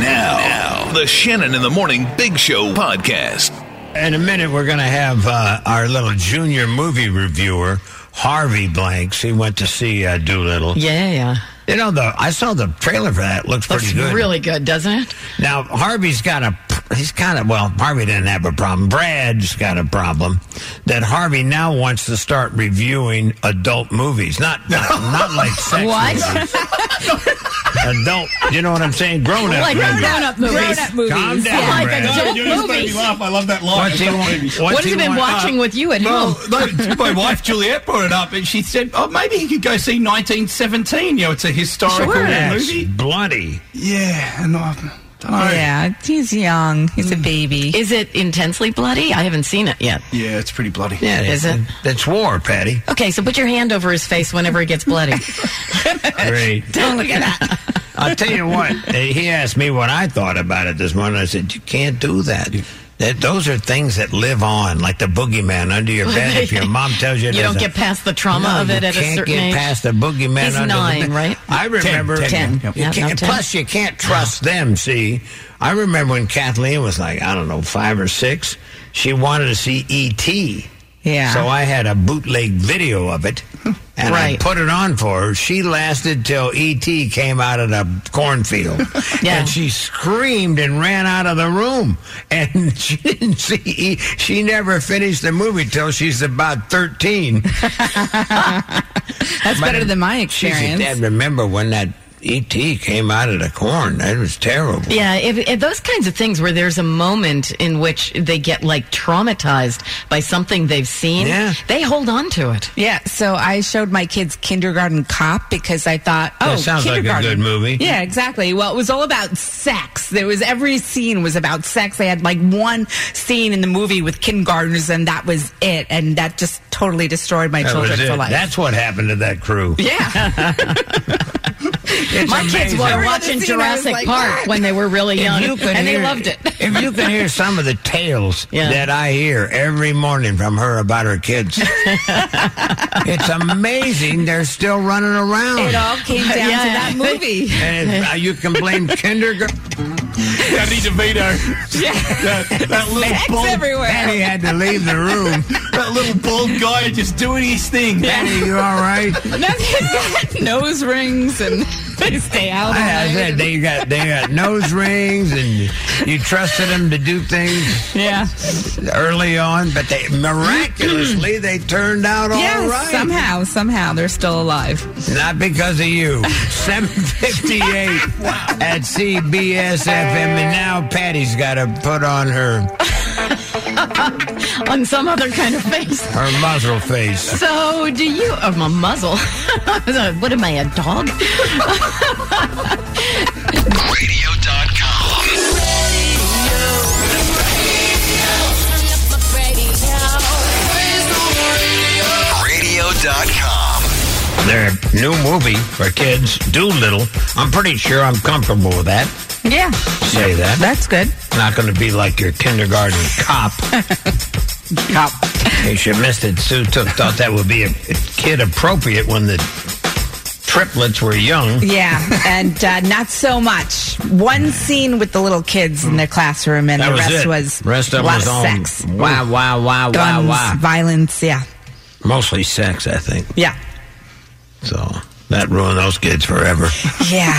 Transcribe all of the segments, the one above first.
Now, the Shannon in the Morning Big Show podcast. In a minute, we're going to have uh, our little junior movie reviewer, Harvey Blanks. He went to see uh, Doolittle. Yeah, yeah. You know, the I saw the trailer for that. It looks Looks pretty good. really good, doesn't it? Now Harvey's got a he's kind of well Harvey didn't have a problem. Brad's got a problem that Harvey now wants to start reviewing adult movies, not not, not like sex What? movies. adult, you know what I'm saying? Grown up Like movies. grown-up movies. Grown-up Calm movies. down, Like Brad. adult Oh, you just made movies. me laugh. I love that line. What's he want- what's What he have you been want- uh, watching with you at Well, home? Oh, no, my wife Juliet brought it up, and she said, "Oh, maybe he could go see 1917. You know, it's a historical Sure. That's movie." Uh, bloody. Yeah, and I don't know. Yeah, he's young. He's a baby. Is it intensely bloody? I haven't seen it yet. Yeah, it's pretty bloody. Yeah, Is that's- it? That's war, Patty. Okay, so put your hand over his face whenever he gets bloody. Great. Don't look at that. I'll tell you what. uh, He asked me what I thought about it this morning. I said, "You can't do that. That those are things that live on, like the boogeyman under your bed. if your mom tells you, You there's don't a- get past the trauma No, of it you at a can't certain get age. past the boogeyman. He's under nine, the bed. right? I remember Ten. Ten. You Yeah, can't- no, ten. Plus, you can't trust them. See, I remember when Kathleen was like, I don't know, five or six. She wanted to see E E.T. Yeah. So I had a bootleg video of it, and I Right. put it on for her. She lasted till E.T. came out of the cornfield, Yeah. and she screamed and ran out of the room. And she didn't see. E- she never finished the movie till she's about thirteen. That's better than my Jeez, experience. Dad, remember when that ET came out of the corn? That was terrible. Yeah, if, if those kinds of things where there's a moment in which they get like traumatized by something they've seen, Yeah. they hold on to it. Yeah, so I showed my kids Kindergarten Cop because I thought, oh, That sounds like a kindergarten. good movie. Yeah, exactly. Well, it was all about sex. There was every scene was about sex. They had like one scene in the movie with kindergartners, and that was it. And that just totally destroyed my That children was for it. life. That's what happened to that crew. yeah, My kids amazing. were Every other watching scene, I was Jurassic like, Park "What?" when they were really young, you could and they hear- loved it. if you can hear some of the tales Yeah. that I hear every morning from her about her kids, it's amazing they're still running it around. all came down to Yeah. that movie. And it- uh, you can blame kindergarten. Danny DeVito. that, that little Sex bald, everywhere. Patty had to leave the room. that little bald guy just doing his thing. Patty, you all right? Nose rings and they stay out. all I, I night. said they got they got nose rings, and you trusted them to do things yeah. early on, but they miraculously they turned out all right. Yes, somehow, somehow they're still alive. Not because of you. 758 at CBS FM, and now Patty's got to put on her on some other kind of face. her muzzle face. So, do you? Oh, my muzzle. what am I, a dog? Radio.com. Radio.com. Their new movie for kids, Doolittle. I'm pretty sure I'm comfortable with that. Yeah, Say that. that's good. not going to be like your kindergarten cop. cop. In case you missed it, Sue took, thought that would be a, kid appropriate when the triplets were young. Yeah, and uh, not so much. One scene with the little kids in their classroom, and That the was rest it. was Rest a of lot was of on sex. Wow, wow, wow, Guns, wow, wow. violence. Yeah, Mostly sex, I think. yeah, So that ruined those kids forever. yeah.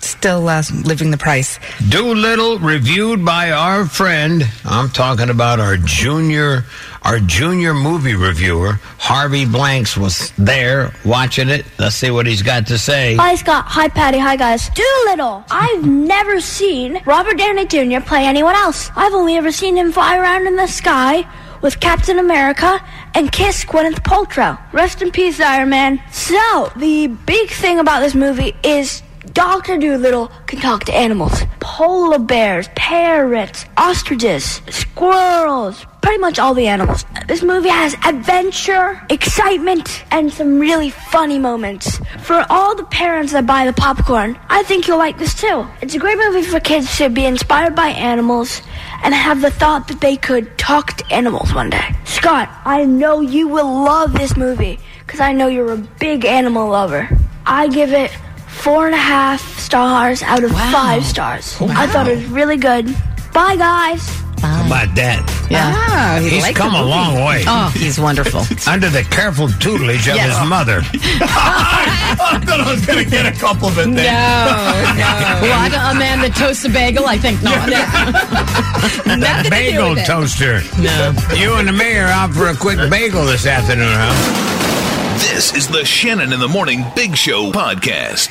Still uh, living the price. Doolittle reviewed by our friend. I'm talking about our junior, our junior movie reviewer Harvey Blanks was there watching it. Let's see what he's got to say. Uh, Hi, Scott. Hi, Patty. Hi, guys. Doolittle. I've never seen Robert Downey Jr. play anyone else. I've only ever seen him fly around in the sky with Captain America and kiss Gwyneth Paltrow. Rest in peace, Iron Man. So, the big thing about this movie is Dr. Doolittle can talk to animals polar bears, parrots, ostriches, squirrels, pretty much all the animals. This movie has adventure, excitement, and some really funny moments. For all the parents that buy the popcorn, I think you'll like this too. It's a great movie for kids to be inspired by animals and have the thought that they could talk to animals one day. Scott, I know you will love this movie because I know you're a big animal lover. I give it four and a half stars out of Wow. five stars. I thought it was really good. Bye, guys. How about that? Yeah. Ah, he He's liked come the a movie. long way. Oh, he's wonderful. Under the careful tutelage of Yes. his mother. I thought I was going to get a compliment there. well, I don't, a man that toasts a bagel, I think not. That bagel toaster. No. You and the mayor out for a quick bagel this afternoon, huh? This is the Shannon in the Morning Big Show podcast.